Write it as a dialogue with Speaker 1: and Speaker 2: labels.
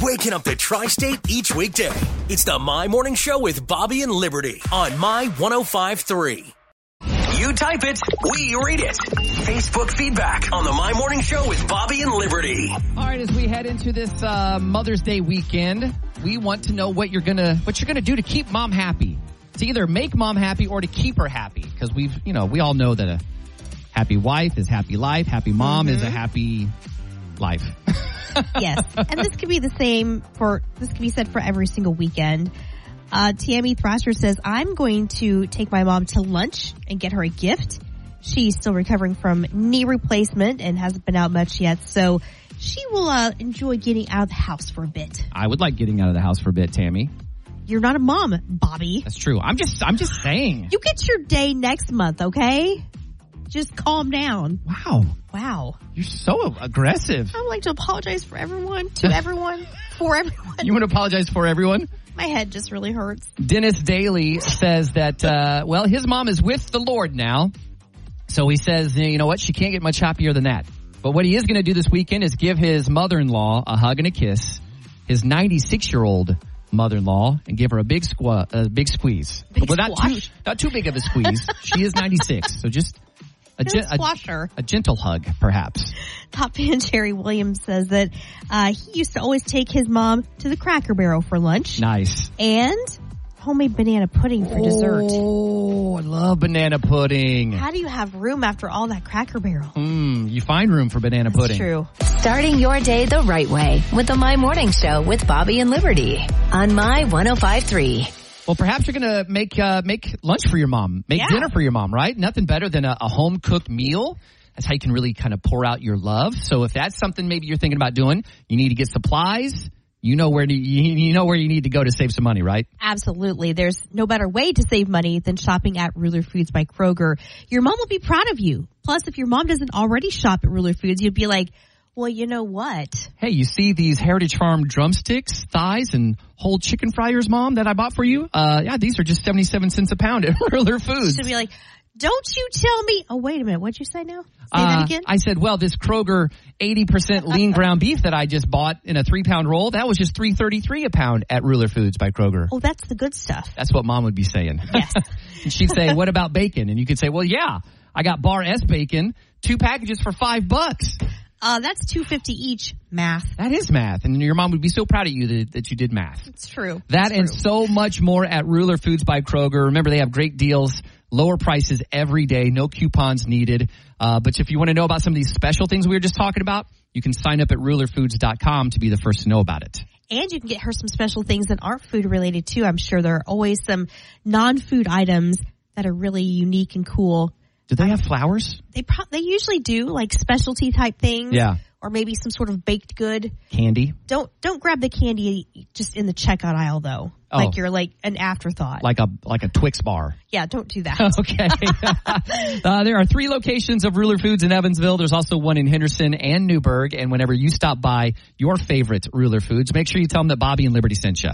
Speaker 1: waking up the tri state each weekday. It's the My Morning Show with Bobby and Liberty on My 1053. You type it, we read it. Facebook feedback on the My Morning Show with Bobby and Liberty.
Speaker 2: All right, as we head into this uh, Mother's Day weekend, we want to know what you're gonna what you're gonna do to keep mom happy. To either make mom happy or to keep her happy, because we've you know we all know that a happy wife is happy life, happy mom is a happy life.
Speaker 3: yes. And this could be the same for this could be said for every single weekend. Uh, Tammy Thrasher says, I'm going to take my mom to lunch and get her a gift. She's still recovering from knee replacement and hasn't been out much yet, so she will uh, enjoy getting out of the house for a bit.
Speaker 2: I would like getting out of the house for a bit, Tammy.
Speaker 3: You're not a mom, Bobby.
Speaker 2: That's true. I'm just I'm just saying.
Speaker 3: You get your day next month, okay? Just calm down.
Speaker 2: Wow,
Speaker 3: Wow.
Speaker 2: you're so aggressive.
Speaker 3: I would like to apologize for everyone, to everyone, for everyone.
Speaker 2: You want to apologize for everyone?
Speaker 3: My head just really hurts.
Speaker 2: Dennis Daly says that, uh, well, his mom is with the Lord now. So he says, you know what? She can't get much happier than that. But what he is going to do this weekend is give his mother in law a hug and a kiss, his 96 year old mother in law, and give her a big squa- a big squeeze.
Speaker 3: Big
Speaker 2: but not too,
Speaker 3: squash.
Speaker 2: not too big of a squeeze. she is 96. So just a,
Speaker 3: Don't
Speaker 2: gen- a,
Speaker 3: squash her.
Speaker 2: a gentle hug, perhaps.
Speaker 3: Top fan Jerry Williams says that uh, he used to always take his mom to the Cracker Barrel for lunch
Speaker 2: Nice.
Speaker 3: and homemade banana pudding for dessert.
Speaker 2: Oh, I love banana pudding.
Speaker 3: How do you have room after all that Cracker Barrel?
Speaker 2: Mm, you find room for banana
Speaker 3: That's
Speaker 2: pudding.
Speaker 3: true.
Speaker 4: Starting your day the right way with the My Morning Show with Bobby and Liberty on My 1053.
Speaker 2: Well, perhaps you're going to make uh, make lunch for your mom, make
Speaker 3: Yeah.
Speaker 2: dinner for your mom, right? Nothing better than a, a home cooked meal. That's how you can really kind of pour out your love. So if that's something maybe you're thinking about doing, you need to get supplies. You know where to, you, you know where you need to go to save some money, right?
Speaker 3: Absolutely. There's no better way to save money than shopping at Ruler Foods by Kroger. Your mom will be proud of you. Plus, if your mom doesn't already shop at Ruler Foods, you'd be like, well, you know what?
Speaker 2: Hey, you see these Heritage Farm drumsticks, thighs, and whole chicken fryers, mom, that I bought for you? Uh, yeah, these are just 77 cents a pound at Ruler Foods.
Speaker 3: She'll be like, don't you tell me. Oh, wait a minute. What'd you say now? Say that
Speaker 2: Uh,
Speaker 3: again.
Speaker 2: I said, well, this Kroger 80% lean ground beef that I just bought in a three pound roll, that was just 333 a pound at Ruler Foods by Kroger.
Speaker 3: oh, that's the good stuff.
Speaker 2: That's what mom would be saying. Yes. and she'd say, what about bacon? And you could say, well, yeah, I got bar S bacon, two packages for five bucks.
Speaker 3: Uh, that's 250 each. Math.
Speaker 2: That is math. And your mom would be so proud of you that, that you did math.
Speaker 3: It's true.
Speaker 2: That and so much more at Ruler Foods by Kroger. Remember, they have great deals, lower prices every day, no coupons needed. Uh, but if you want to know about some of these special things we were just talking about, you can sign up at rulerfoods.com to be the first to know about it.
Speaker 3: And you can get her some special things that aren't food related too. I'm sure there are always some non-food items that are really unique and cool.
Speaker 2: Do they have flowers?
Speaker 3: They pro- they usually do like specialty type things.
Speaker 2: Yeah.
Speaker 3: Or maybe some sort of baked good.
Speaker 2: Candy?
Speaker 3: Don't don't grab the candy just in the checkout aisle though.
Speaker 2: Oh.
Speaker 3: Like you're like an afterthought.
Speaker 2: Like a, like a Twix bar.
Speaker 3: yeah, don't do that.
Speaker 2: Okay. uh, there are three locations of Ruler Foods in Evansville. There's also one in Henderson and Newburgh. And whenever you stop by your favorite Ruler Foods, make sure you tell them that Bobby and Liberty sent you.